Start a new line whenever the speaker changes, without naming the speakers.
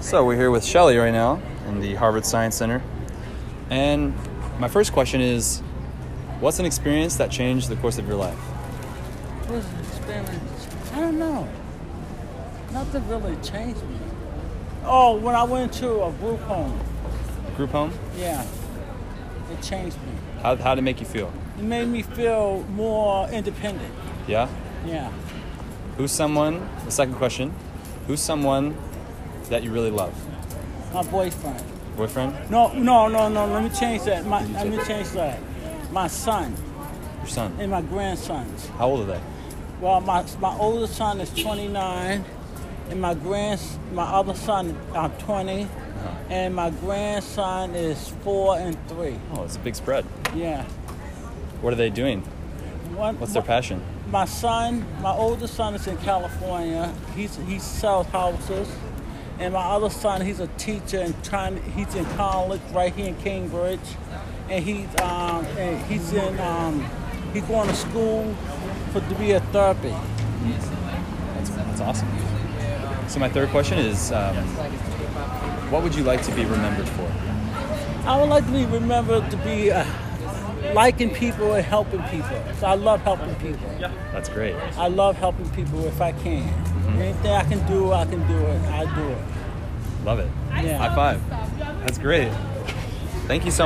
So we're here with Shelly right now in the Harvard Science Center. And my first question is what's an experience that changed the course of your life?
was an experience.
I don't know.
Nothing really changed me. Oh, when I went to a group home,
Group home?
yeah, it changed me.
How how did it make you feel?
It made me feel more independent.
Yeah?
Yeah.
Who's someone the second question, who's someone that you really love?
My boyfriend.
Boyfriend?
No, no, no, no. Let me change that. My, let me change that. My son
Your son.
and my grandsons.
How old are they?
Well, my my oldest son is 29, and my grands my other son I'm 20, and my grandson is four and three.
Oh, it's a big spread.
Yeah.
What are they doing?
One,
What's their
one-
passion?
My son, my oldest son is in California. He's he sells houses, and my other son, he's a teacher and trying. He's in college right here in Cambridge, and he's um and he's in um he's going to school for to be a therapist.
That's, that's awesome. So my third question is, um, what would you like to be remembered for?
I would like to be remembered to be uh, liking people and helping people. So I love helping people.
That's great.
I love helping people if I can.
Mm-hmm.
Anything I can do, I can do it. I do it.
Love it.
Yeah.
High five. That's great. Thank you so